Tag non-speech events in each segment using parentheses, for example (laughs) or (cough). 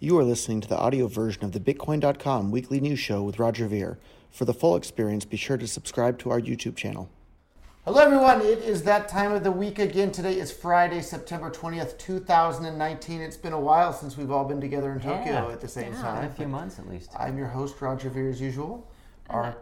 You are listening to the audio version of the Bitcoin.com weekly news show with Roger Veer. For the full experience, be sure to subscribe to our YouTube channel. Hello, everyone. It is that time of the week again. Today is Friday, September 20th, 2019. It's been a while since we've all been together in Tokyo Yeah. at the same Yeah, time. In a few months at least. I'm your host, Roger Veer, as usual. Our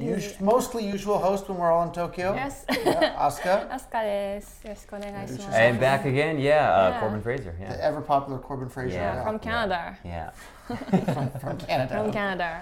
us- mostly usual host when we're all in Tokyo. Yes. Yeah, Asuka, (laughs) アスカです。よろしくお願いします。 And back again, yeah, uh, Yeah. Corbin Fraser, yeah. the ever popular Corbin Fraser. Yeah. From Canada. Yeah. from Canada. From Canada.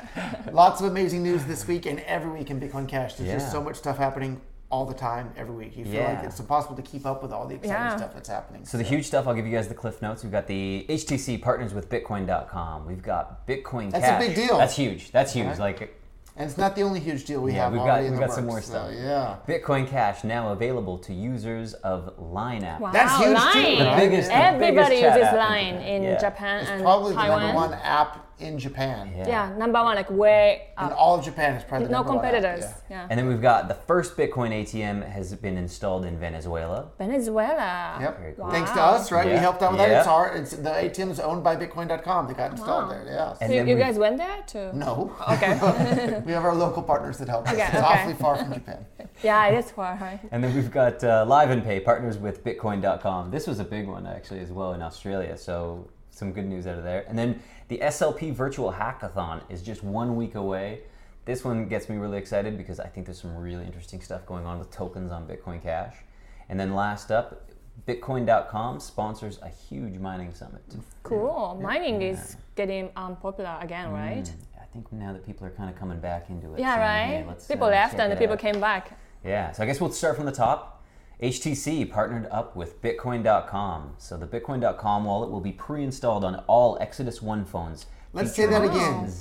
Lots of amazing news this week and every week in Bitcoin Cash. There's Yeah. just so much stuff happening all the time, every week. You feel like Yeah. it's impossible to keep up with all the exciting Yeah. stuff that's happening. So the huge stuff, I'll give you guys the cliff notes. We've got the HTC partners with Bitcoin.com. We've got Bitcoin That's a Cash. big deal. That's huge. That's huge. Okay. Like and it's not the only huge deal we Yeah, have we've got- already in we've the got some works, more stuff. so, yeah. Bitcoin Cash now available to users of Line app. Wow, That's huge, too, line. The biggest- the Everybody biggest chat uses app in line Japan. in Yeah. Japan It's and probably the Taiwan. number one app in Japan. Yeah. Yeah, number one, like way In up. all of Japan, it's probably the No number one app, competitors. yeah. Yeah. And then we've got the first Bitcoin ATM has been installed in Venezuela. Venezuela. Yep. cool. Thanks to Wow. us, right? We Yeah. helped out with that. Yeah. It's our, it's, the ATM is owned by Bitcoin.com. They got installed Wow. there. Yeah. And So you, then you we- guys went there too? no, Okay. (laughs) we have our local partners that help us. Okay, it's okay. awfully far from Japan. yeah, it is far. Right? And then we've got uh, Live and Pay partners with Bitcoin.com. This was a big one actually as well in Australia. So some good news out of there. And then the SLP Virtual Hackathon is just one week away. This one gets me really excited because I think there's some really interesting stuff going on with tokens on Bitcoin Cash. And then last up, Bitcoin.com sponsors a huge mining summit. Cool. Mining is getting um, popular again, right? I think now that people are kind of coming back into it. Yeah, saying, right? "Hey, let's, people uh, left check and the it people out." came back. Yeah, so I guess we'll start from the top. HTC partnered up with Bitcoin.com. So the Bitcoin.com wallet will be pre installed on all Exodus One phones. Let's say that featuring- again.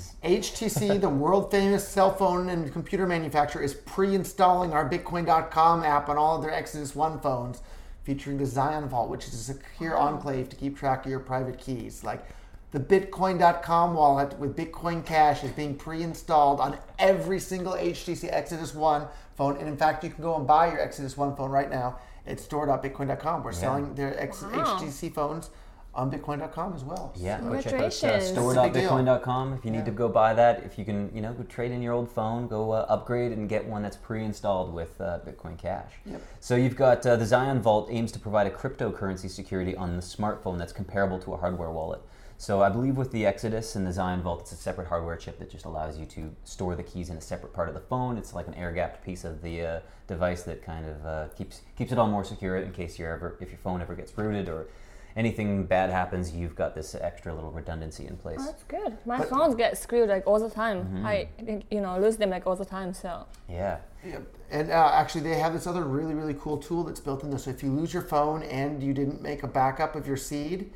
HTC, the world famous cell phone and computer manufacturer, is pre installing our Bitcoin.com app on all of their Exodus One phones, featuring the Zion Vault, which is a secure enclave to keep track of your private keys. Like the Bitcoin.com wallet with Bitcoin Cash is being pre installed on every single HTC Exodus One phone. And in fact, you can go and buy your Exodus One phone right now at store.bitcoin.com. We're selling their ex- Wow. HTC phones on Bitcoin.com as well. Yeah, go check out uh, Congratulations. store.bitcoin.com if you need to go buy that. If you can, you know, go trade in your old phone, go uh, upgrade and get one that's pre installed with uh, Bitcoin Cash. Yep. So you've got uh, the Zion Vault aims to provide a cryptocurrency security on the smartphone that's comparable to a hardware wallet. So I believe with the Exodus and the Zion Vault, it's a separate hardware chip that just allows you to store the keys in a separate part of the phone. It's like an air-gapped piece of the uh, device that kind of uh, keeps keeps it all more secure in case you're ever if your phone ever gets rooted or anything bad happens, you've got this extra little redundancy in place. That's good. My phones get screwed like all the time. Mm-hmm. I, you know, lose them like all the time. So Yeah. Yep. And uh, actually, they have this other really, really cool tool that's built in there. So if you lose your phone and you didn't make a backup of your seed,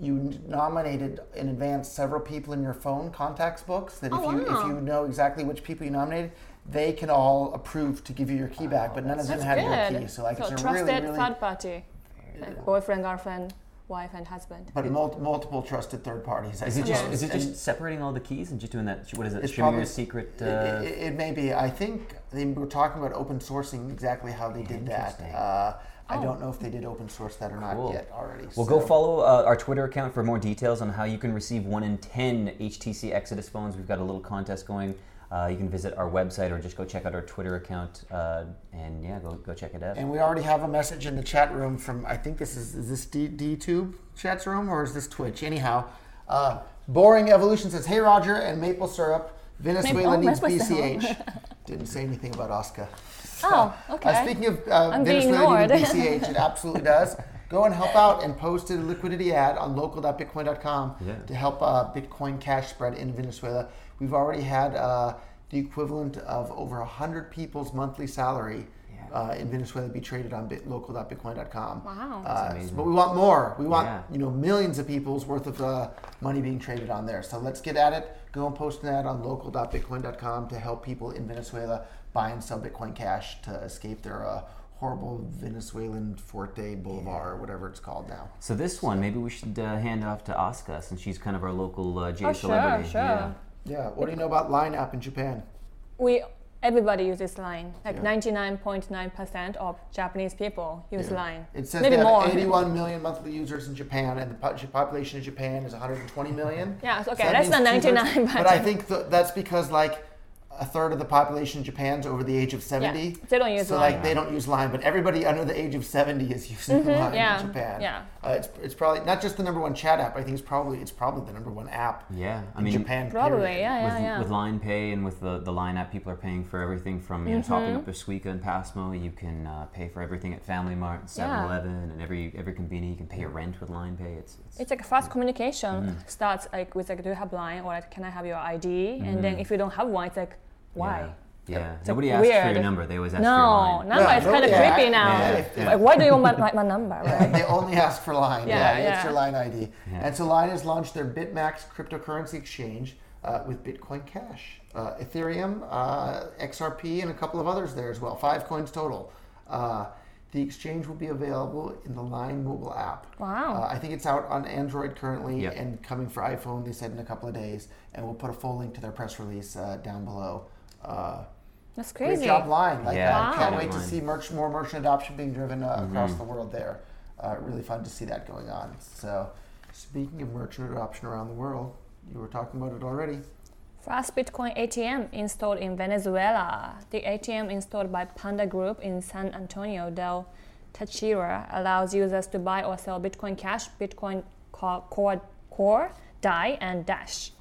you n- nominated in advance several people in your phone contacts books. That if Oh, you if wow. you know exactly which people you nominated, they can all approve to give you your key back. But none of them that's have your good. key. So like it's a trusted really, really third party, like boyfriend, girlfriend, wife, and husband. but mul- multiple trusted third parties. I Is it just suppose. is it And- just separating all the keys and just doing that? What is it? It's Shimmering probably- secret. Uh, It- it, it may be. I think they were talking about open sourcing exactly how they did that. Interesting. Oh. Uh, I don't know if they did open source that or not Cool. yet already. Well, so- go follow uh, our Twitter account for more details on how you can receive one in 10 HTC Exodus phones. We've got a little contest going. Uh, you can visit our website or just go check out our Twitter account uh, and yeah, go, go check it out. And we already have a message in the chat room from I think this is is this D, DTube chat room or is this Twitch? Anyhow, uh, boring evolution says, "Hey Roger and maple syrup. Venezuela Maple- oh, needs maple syrup. (laughs) BCH." Didn't say anything about Oscar. Oh, Uh, okay. speaking of uh, I'm being Venezuela needing ignored. (laughs) BCH, it absolutely does. Go and help out and post a liquidity ad on local.bitcoin.com Yeah. to help uh, Bitcoin cash spread in Venezuela. We've already had uh, the equivalent of over 100 people's monthly salary Yeah. uh, in Venezuela be traded on bit- local.bitcoin.com. Wow. That's Uh, amazing. but we want more. We want Yeah. you know millions of people's worth of uh, money being traded on there. So let's get at it. Go and post an ad on local.bitcoin.com to help people in Venezuela buy and sell Bitcoin Cash to escape their uh, horrible Venezuelan Forte Boulevard or whatever it's called now. so this one, maybe we should uh, hand off to Asuka since she's kind of our local uh, J Oh, sure, celebrity. sure. Yeah. Yeah. What do you know about Line App in Japan? we everybody uses Line. Like Yeah. 99.9% of Japanese people use Yeah. Line. It says Maybe they have more. 81 million monthly users in Japan, and the po- population in Japan is 120 million. Yeah, so- So okay, that that's means not two-thirds- 99, but, But I think th- that's because like a third of the population in Japan's over the age of 70. Yeah, they don't use so Line. Mm-hmm, like they don't use Line, but everybody under the age of 70 is using Line yeah, in Japan. yeah. Uh, it's, it's probably not just the number one chat app. I think it's probably it's probably the number one app Yeah, I in mean, Japan. Probably, period. yeah, with, yeah, yeah. with Line Pay and with the, the Line app, people are paying for everything from you know, topping Mm-hmm. up their Suica and Passmo. You can uh, pay for everything at Family Mart, and Yeah. 7-Eleven, and every every convenience. You can pay your rent with Line Pay. It's, it's, it's like fast communication Mm. starts like with like, do you have line or like, can I have your ID? And then if you don't have one, it's like, why? Mm. Yeah, yeah. It's, like, nobody asks for your weird. number. They always ask for your No, line. number Yeah, is kind of nobody creepy asked. now. Yeah, If- yeah. Like, why do you want my, my number? (laughs) (laughs) Right? they only ask for Line. Yeah, Yeah, yeah. it's your Line ID. Yeah. And so Line has launched their BitMax cryptocurrency exchange uh, with Bitcoin Cash, uh, Ethereum, uh, XRP, and a couple of others there as well. Five coins total. Uh, the exchange will be available in the Line mobile app. Wow. Uh, I think it's out on Android currently Yep. and coming for iPhone, they said in a couple of days. And we'll put a full link to their press release uh, down below. Uh, That's crazy. Great job, Line. Like, Yeah, I can't Wow. wait to Line. see merch, more merchant adoption being driven uh, across the world there. Uh, really fun to see that going on. So, speaking of merchant adoption around the world, you were talking about it already. First Bitcoin ATM installed in Venezuela. The ATM installed by Panda Group in San Antonio del Táchira allows users to buy or sell Bitcoin Cash, Bitcoin Co- Core, Core, Dai, and Dash.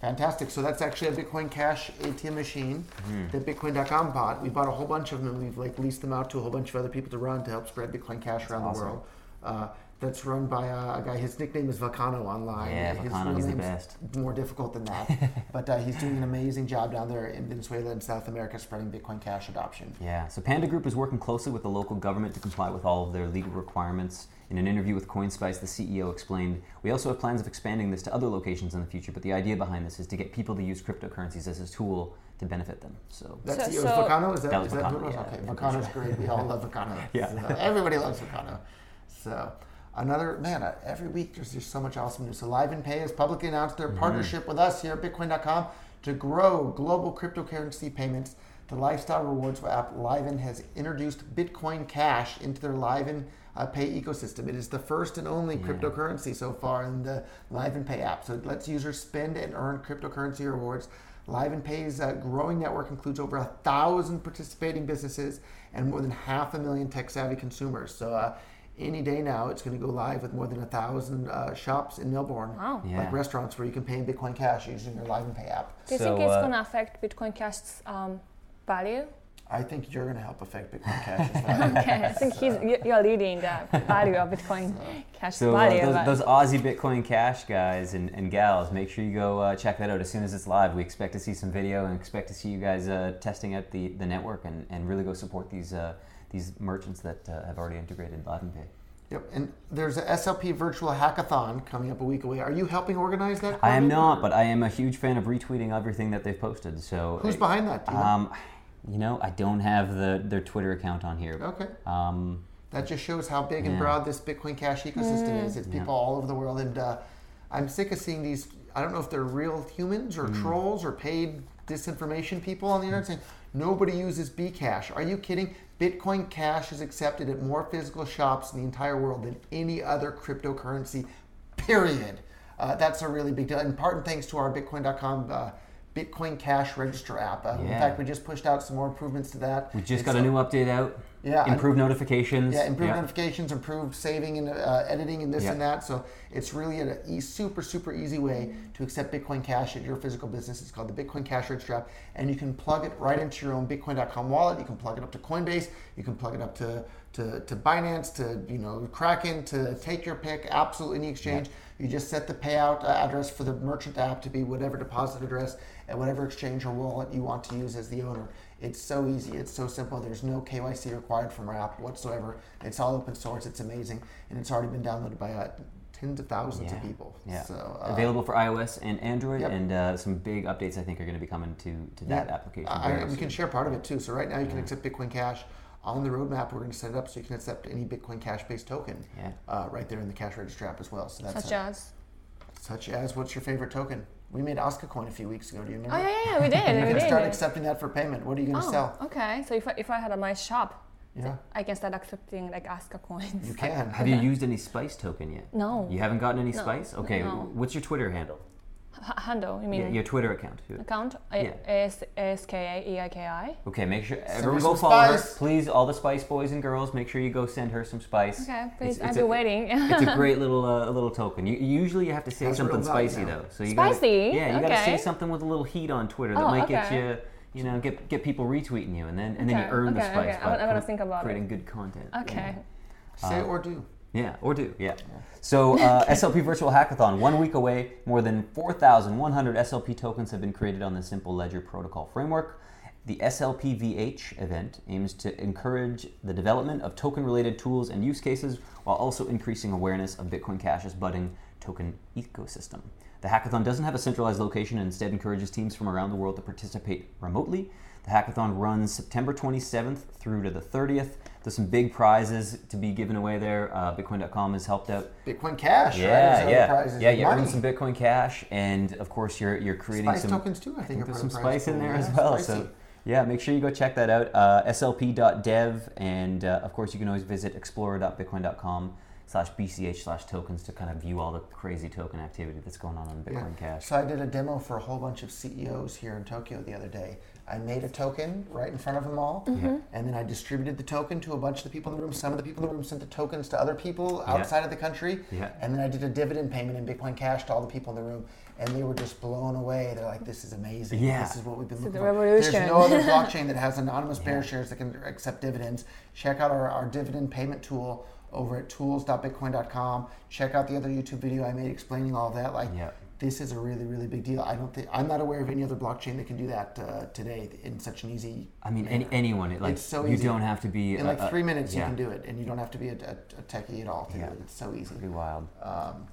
Fantastic. So, that's actually a Bitcoin Cash ATM machine Mm-hmm. that Bitcoin.com bought. We bought a whole bunch of them and we've like leased them out to a whole bunch of other people to run to help spread Bitcoin Cash around awesome. the world. Uh, that's run by uh, a guy, his nickname is Vacano online. Yeah, His Vacano, real he's the name's best. more difficult than (laughs) that. but uh, he's doing an amazing job down there in Venezuela and South America spreading Bitcoin Cash adoption. Yeah, so Panda Group is working closely with the local government to comply with all of their legal requirements. In an interview with Coinspice, the CEO explained, We also have plans of expanding this to other locations in the future, but the idea behind this is to get people to use cryptocurrencies as a tool to benefit them. So, That's So- it was so- Vacano? Is that, That was is that who it Vacano, was? yeah. Okay, (laughs) Vacano's great. We all love Vacano. Yeah. So, everybody loves Vacano. So another man, uh, every week there's just so much awesome news. So Live and Pay has publicly announced Mm-hmm. their partnership with us here at Bitcoin.com to grow global cryptocurrency payments. The lifestyle rewards app Liven has introduced Bitcoin Cash into their Liven uh, Pay ecosystem. It is the first and only cryptocurrency so far in the Liven Pay app. So it lets users spend and earn cryptocurrency rewards Live and Pay's uh, growing network includes over a thousand participating businesses and more than half a million tech-savvy consumers. So uh, any day now, it's going to go live with more than a thousand uh, shops in Melbourne, Wow. Yeah. like restaurants where you can pay in Bitcoin Cash using your Live and Pay app. Do you So, think it's uh, going to affect Bitcoin Cash's um, value? I think you're going to help affect Bitcoin Cash. as well. (laughs) Okay, I think he's, you- you're leading the value of Bitcoin Cash's so uh, value. but- those, those Aussie Bitcoin Cash guys and, and gals, make sure you go uh, check that out as soon as it's live. We expect to see some video and expect to see you guys uh, testing out the, the network and, and really go support these, uh, these merchants that uh, have already integrated Live and Pay. (laughs) yep. And there's a SLP virtual hackathon coming up a week away. Are you helping organize that? I am Corbin? not, but I am a huge fan of retweeting everything that they've posted. So Who's I- behind that? Do you know? Um, you know, I don't have the their Twitter account on here. okay. Um, That just shows how big and Yeah. broad this Bitcoin Cash ecosystem is. It's people all over the world, and uh, I'm sick of seeing these. I don't know if they're real humans Mm. or trolls or paid disinformation people on the internet saying nobody uses Bcash. Are you kidding? Bitcoin Cash is accepted at more physical shops in the entire world than any other cryptocurrency. Period. Uh, that's a really big deal, in part and thanks to our Bitcoin.com. Uh, Bitcoin Cash Register app. Uh, In Yeah. fact, we just pushed out some more improvements to that. we just got a new update out. Yeah, I- Improved notifications. yeah, improved notifications, improved saving and uh, editing, and this Yeah. and that. So it's really a e- super, super easy way to accept Bitcoin Cash at your physical business. It's called the Bitcoin Cash Register app, and you can plug it right into your own Bitcoin.com wallet. You can plug it up to Coinbase. You can plug it up to to, to Binance, to you know Kraken, to take your pick. Absolutely any exchange. You just set the payout uh, address for the merchant app to be whatever deposit address at whatever exchange or wallet you want to use as the owner. It's so easy. It's so simple. There's no KYC required from our app whatsoever. It's all open source. It's amazing, and it's already been downloaded by uh, tens of thousands Yeah. of people. Yeah. So uh, Available for iOS and Android, Yep. and uh, some big updates I think are going to be coming to, to that Yeah. application. I- very I, we soon. can share part of it too. So right now you can accept Bitcoin Cash. On the roadmap, we're going to set it up so you can accept any Bitcoin Cash-based token Yeah. uh, right there in the Cash Register app as well. So that's such uh, as such as what's your favorite token? We made Oscar coin a few weeks ago. Do you remember? Oh yeah, yeah, yeah, we did. You we can did. start accepting that for payment. What are you going to oh, sell? okay. So if I, if I had a, my shop, Yeah, I can start accepting like Aska coins. you can. Have you used any spice token yet? (laughs) No. You haven't gotten any spice? Okay. no. What's your Twitter handle? H- handle, you mean? Your- Your Twitter account. Account Yeah. S K A E I K I. Okay, make sure me everyone go some follow her. spice. Please, all the Spice Boys and girls, make sure you go send her some spice. Okay, It's- please. it's I've a- been (laughs) waiting. it's (laughs) a great little uh, little token. You, you usually have to say Has something real value spicy now. though. So you Spicy? Gotta, yeah, you gotta say Okay. something with a little heat on Twitter that Oh, might get okay. you, you know, get get people retweeting you, and then and then you Okay, earn the okay, spice okay. by I'm- I'm gonna cre- think about it. creating good content. okay. Say uh, or do. Yeah, or do, yeah. So, uh, (laughs) SLP Virtual Hackathon, one week away, more than 4,100 SLP tokens have been created on the Simple Ledger Protocol framework. The SLP VH event aims to encourage the development of token related tools and use cases while also increasing awareness of Bitcoin Cash's budding token ecosystem. The hackathon doesn't have a centralized location and instead encourages teams from around the world to participate remotely. The hackathon runs September 27th through to the 30th. There's some big prizes to be given away there. Uh, Bitcoin.com has helped out. Bitcoin Cash. right? Yeah, Those are the yeah, prizes. yeah. You earn Money. some Bitcoin Cash, and of course, you're you're creating spice some tokens too. I think, are part there's some of the prize spice in pool. there Yeah, as well. spicy. So yeah, make sure you go check that out. Uh, slp.dev, and uh, of course, you can always visit explorer.bitcoin.com slash bch slash tokens to kind of view all the crazy token activity that's going on on Yeah. Bitcoin Cash. So I did a demo for a whole bunch of CEOs here in Tokyo the other day. I made a token right in front of them all, Mm-hmm. and then I distributed the token to a bunch of the people in the room. Some of the people in the room sent the tokens to other people outside of the country, Yeah. and then I did a dividend payment in Bitcoin Cash to all the people in the room, and they were just blown away. They're like, "This is amazing! Yeah. This is what we've been looking the for." There's revolution. no other blockchain that has (laughs) anonymous bearer shares that can accept dividends. Check out our, our dividend payment tool over at tools.bitcoin.com. Check out the other YouTube video I made explaining all that. Like, Yeah. this is a really, really big deal. I don't think I'm not aware of any other blockchain that can do that uh, today in such an easy. I mean, any, anyone. It, like It's so you easy. don't have to be In a- like a- three minutes, yeah. you can do it, and you don't have to be a, a, a techie at all to Yeah. do it. It's so easy. Pretty wild. Um,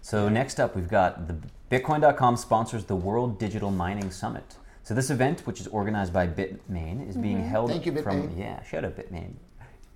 So next up, we've got the Bitcoin.com sponsors the World Digital Mining Summit. So this event, which is organized by Bitmain, is being held Mm-hmm. Thank you, from Bitmain. yeah, shout out Bitmain,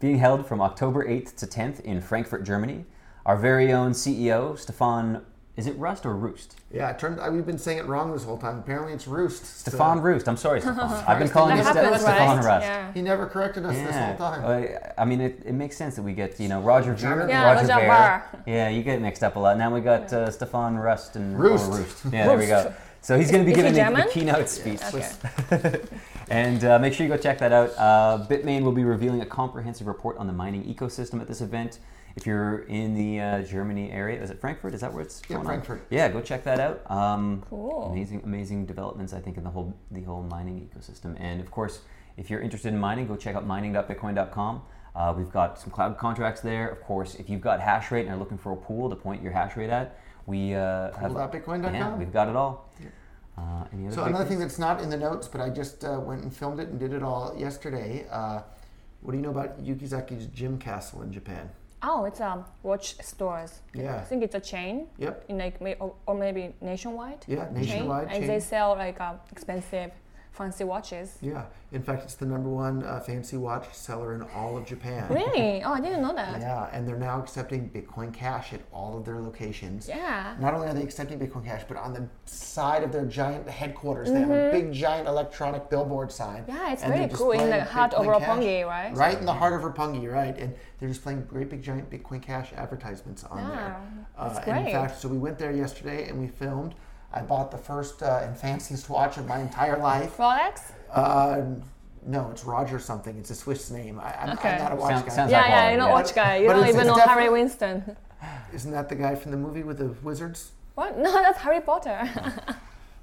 being held from October 8th to 10th in Frankfurt, Germany. Our very own CEO Stefan, is it Rust or Roost? yeah, it turned, I, we've been saying it wrong this whole time. Apparently, it's Roost. so- Stefan Roost. I'm (laughs) sorry, Stefan. I've been calling That you Ste- happens, Stefan right? Rust. Yeah. He never corrected us (laughs) this Yeah. whole time. Uh, I mean, it, it makes sense that we get, you know, Roger Ver, Yeah, Roger Roger Ver. Ver. Yeah, you get mixed up a lot. Now we got uh, Stefan Rust and Roost. or Yeah, there we go. So he's going to be Is he giving the, German? the keynote speech. Okay. (laughs) and uh, make sure you go check that out. Uh, Bitmain will be revealing a comprehensive report on the mining ecosystem at this event. If you're in the uh, Germany area, is it Frankfurt? Is that where it's Yeah, going Frankfurt. On? Yeah, go check that out. Um, Cool. Amazing, amazing developments, I think, in the whole the whole mining ecosystem. And of course, if you're interested in mining, go check out mining.bitcoin.com. Uh, we've got some cloud contracts there. Of course, if you've got hash rate and are looking for a pool to point your hash rate at, we uh, have Pool.bitcoin.com? Yeah, we've got it all. Uh, any other So big another things? thing that's not in the notes, but I just uh, went and filmed it and did it all yesterday. Uh, what do you know about Yukizaki's Gym Castle in Japan? Oh, it's um watch stores. Yeah. I think it's a chain. Yep. In like may- or, or maybe nationwide. Yeah, Chain. nationwide And chain. they sell like um, expensive, fancy watches. Yeah. In fact, it's the number one uh, fancy watch seller in all of Japan. Really? Oh, I didn't know that. Yeah, and they're now accepting Bitcoin Cash at all of their locations. Yeah. Not only are they accepting Bitcoin Cash, but on the side of their giant headquarters, they have a big giant electronic billboard sign. Mm-hmm. Yeah, it's and very they're cool in the displaying heart of Bitcoin Cash. Roppongi, right? Right in the heart of Roppongi, right? And they're just playing great big giant Bitcoin Cash advertisements on there. Yeah, Uh, that's And in great. fact, so we went there yesterday and we filmed. I bought the first uh, and fanciest watch of my entire life. Rolex? Uh, no, it's Roger something. It's a Swiss name. I, I'm, Okay. I'm not a watch Sound- guy. sounds Yeah, like yeah, Rolex, you know yeah. watch guy. You But don't it's- even it's know defi- Harry Winston. Isn't that the guy from the movie with the wizards? What? No, that's (laughs) Harry Potter.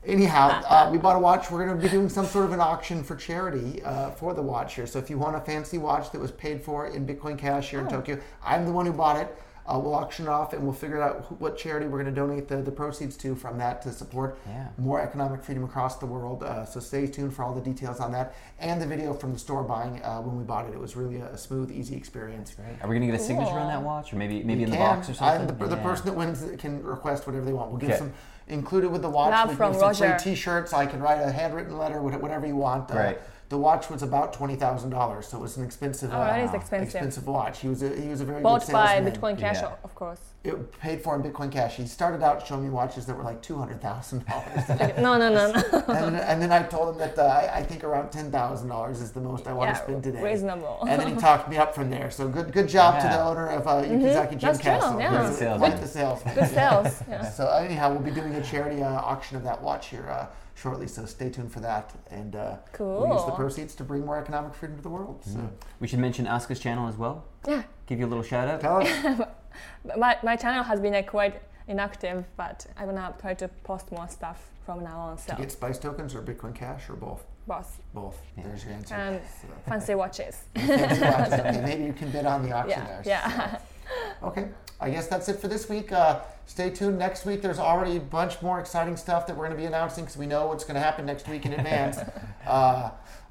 Anyhow, uh, we bought a watch. We're going to be doing some sort of an auction for charity uh, for the watch here. So if you want a fancy watch that was paid for in Bitcoin Cash here in Tokyo, I'm the one who bought it. Uh, we'll auction it off and we'll figure out wh- what charity we're going to donate the, the proceeds to from that to support Yeah. more economic freedom across the world. Uh, so stay tuned for all the details on that and the video from the store buying uh, when we bought it. It was really a, a smooth, easy experience. Are we gonna get a signature on that Cool. watch, or maybe maybe in the Can. box or I'm something? the, the Yeah. person that wins can request whatever they want. We'll give Okay. some included with the watch. Love we from give some Roger. free T-shirts. I can write a handwritten letter, what- whatever you want. Uh, Right. the watch was about twenty thousand dollars, so it was an expensive. Oh, that is uh, expensive. expensive watch. He was a, he was a very Bought good by salesman. Bitcoin Cash, Yeah. (laughs) of course. it paid for in Bitcoin Cash. He started out showing me watches that were like two hundred thousand dollars, (laughs) and, No, no, no, no. then- and then I told him that uh, I, I think around ten thousand dollars is the most I want Yeah, to spend today. reasonable. And (laughs) then he talked me up from there. So good, good job to the Yeah. owner of uh, Yukizaki Jim That's true, Castle. Mm-hmm. yeah. Great He's a- salesman. Quite the salesman. Good (laughs) sales. Yeah. So anyhow, we'll be doing a charity uh, auction of that watch here uh, shortly. So stay tuned for that, and uh, we'll use the Cool. proceeds to bring more economic freedom to the world. So We should mention Aska's channel as well. yeah. Give you a little shout out. (laughs) tell us, But My, my channel has been like, quite inactive, but I'm gonna try to post more stuff from now on. So, get Spice tokens or Bitcoin Cash or both? boss, Both. There's your answer. Um, So, fancy (laughs) watches. thanks for watching. (laughs) Okay, maybe you can bid on the auction yeah, there. yeah. Okay, I guess that's it for this week. Uh, stay tuned. Next week, there's already a bunch more exciting stuff that we're going to be announcing because we know what's going to happen next week in advance. uh,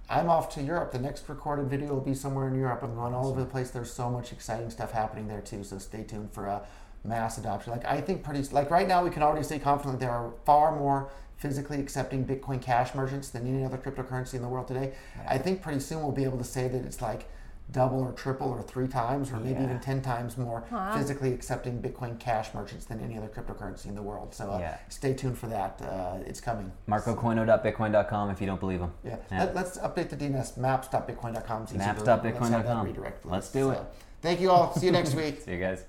I'm off to Europe. The next recorded video will be somewhere in Europe. I'm going all over the place. There's so much exciting stuff happening there too. So stay tuned for uh, mass adoption. Like I think pretty like right now we can already say confidently there are far more physically accepting Bitcoin Cash merchants than any other cryptocurrency in the world today. I think pretty soon we'll be able to say that it's like double or triple or three times or maybe Yeah. even 10 times more Wow. physically accepting Bitcoin Cash merchants than any other cryptocurrency in the world. So uh, Yeah. stay tuned for that. Uh, it's coming. MarcoCoino.bitcoin.com if you don't believe him. Yeah. Let, us update the DNS maps.bitcoin.com. It's easier to- Maps.bitcoin.com. let's have that redirect list. Let's do it. (laughs) Thank you all. See you next week. See you guys.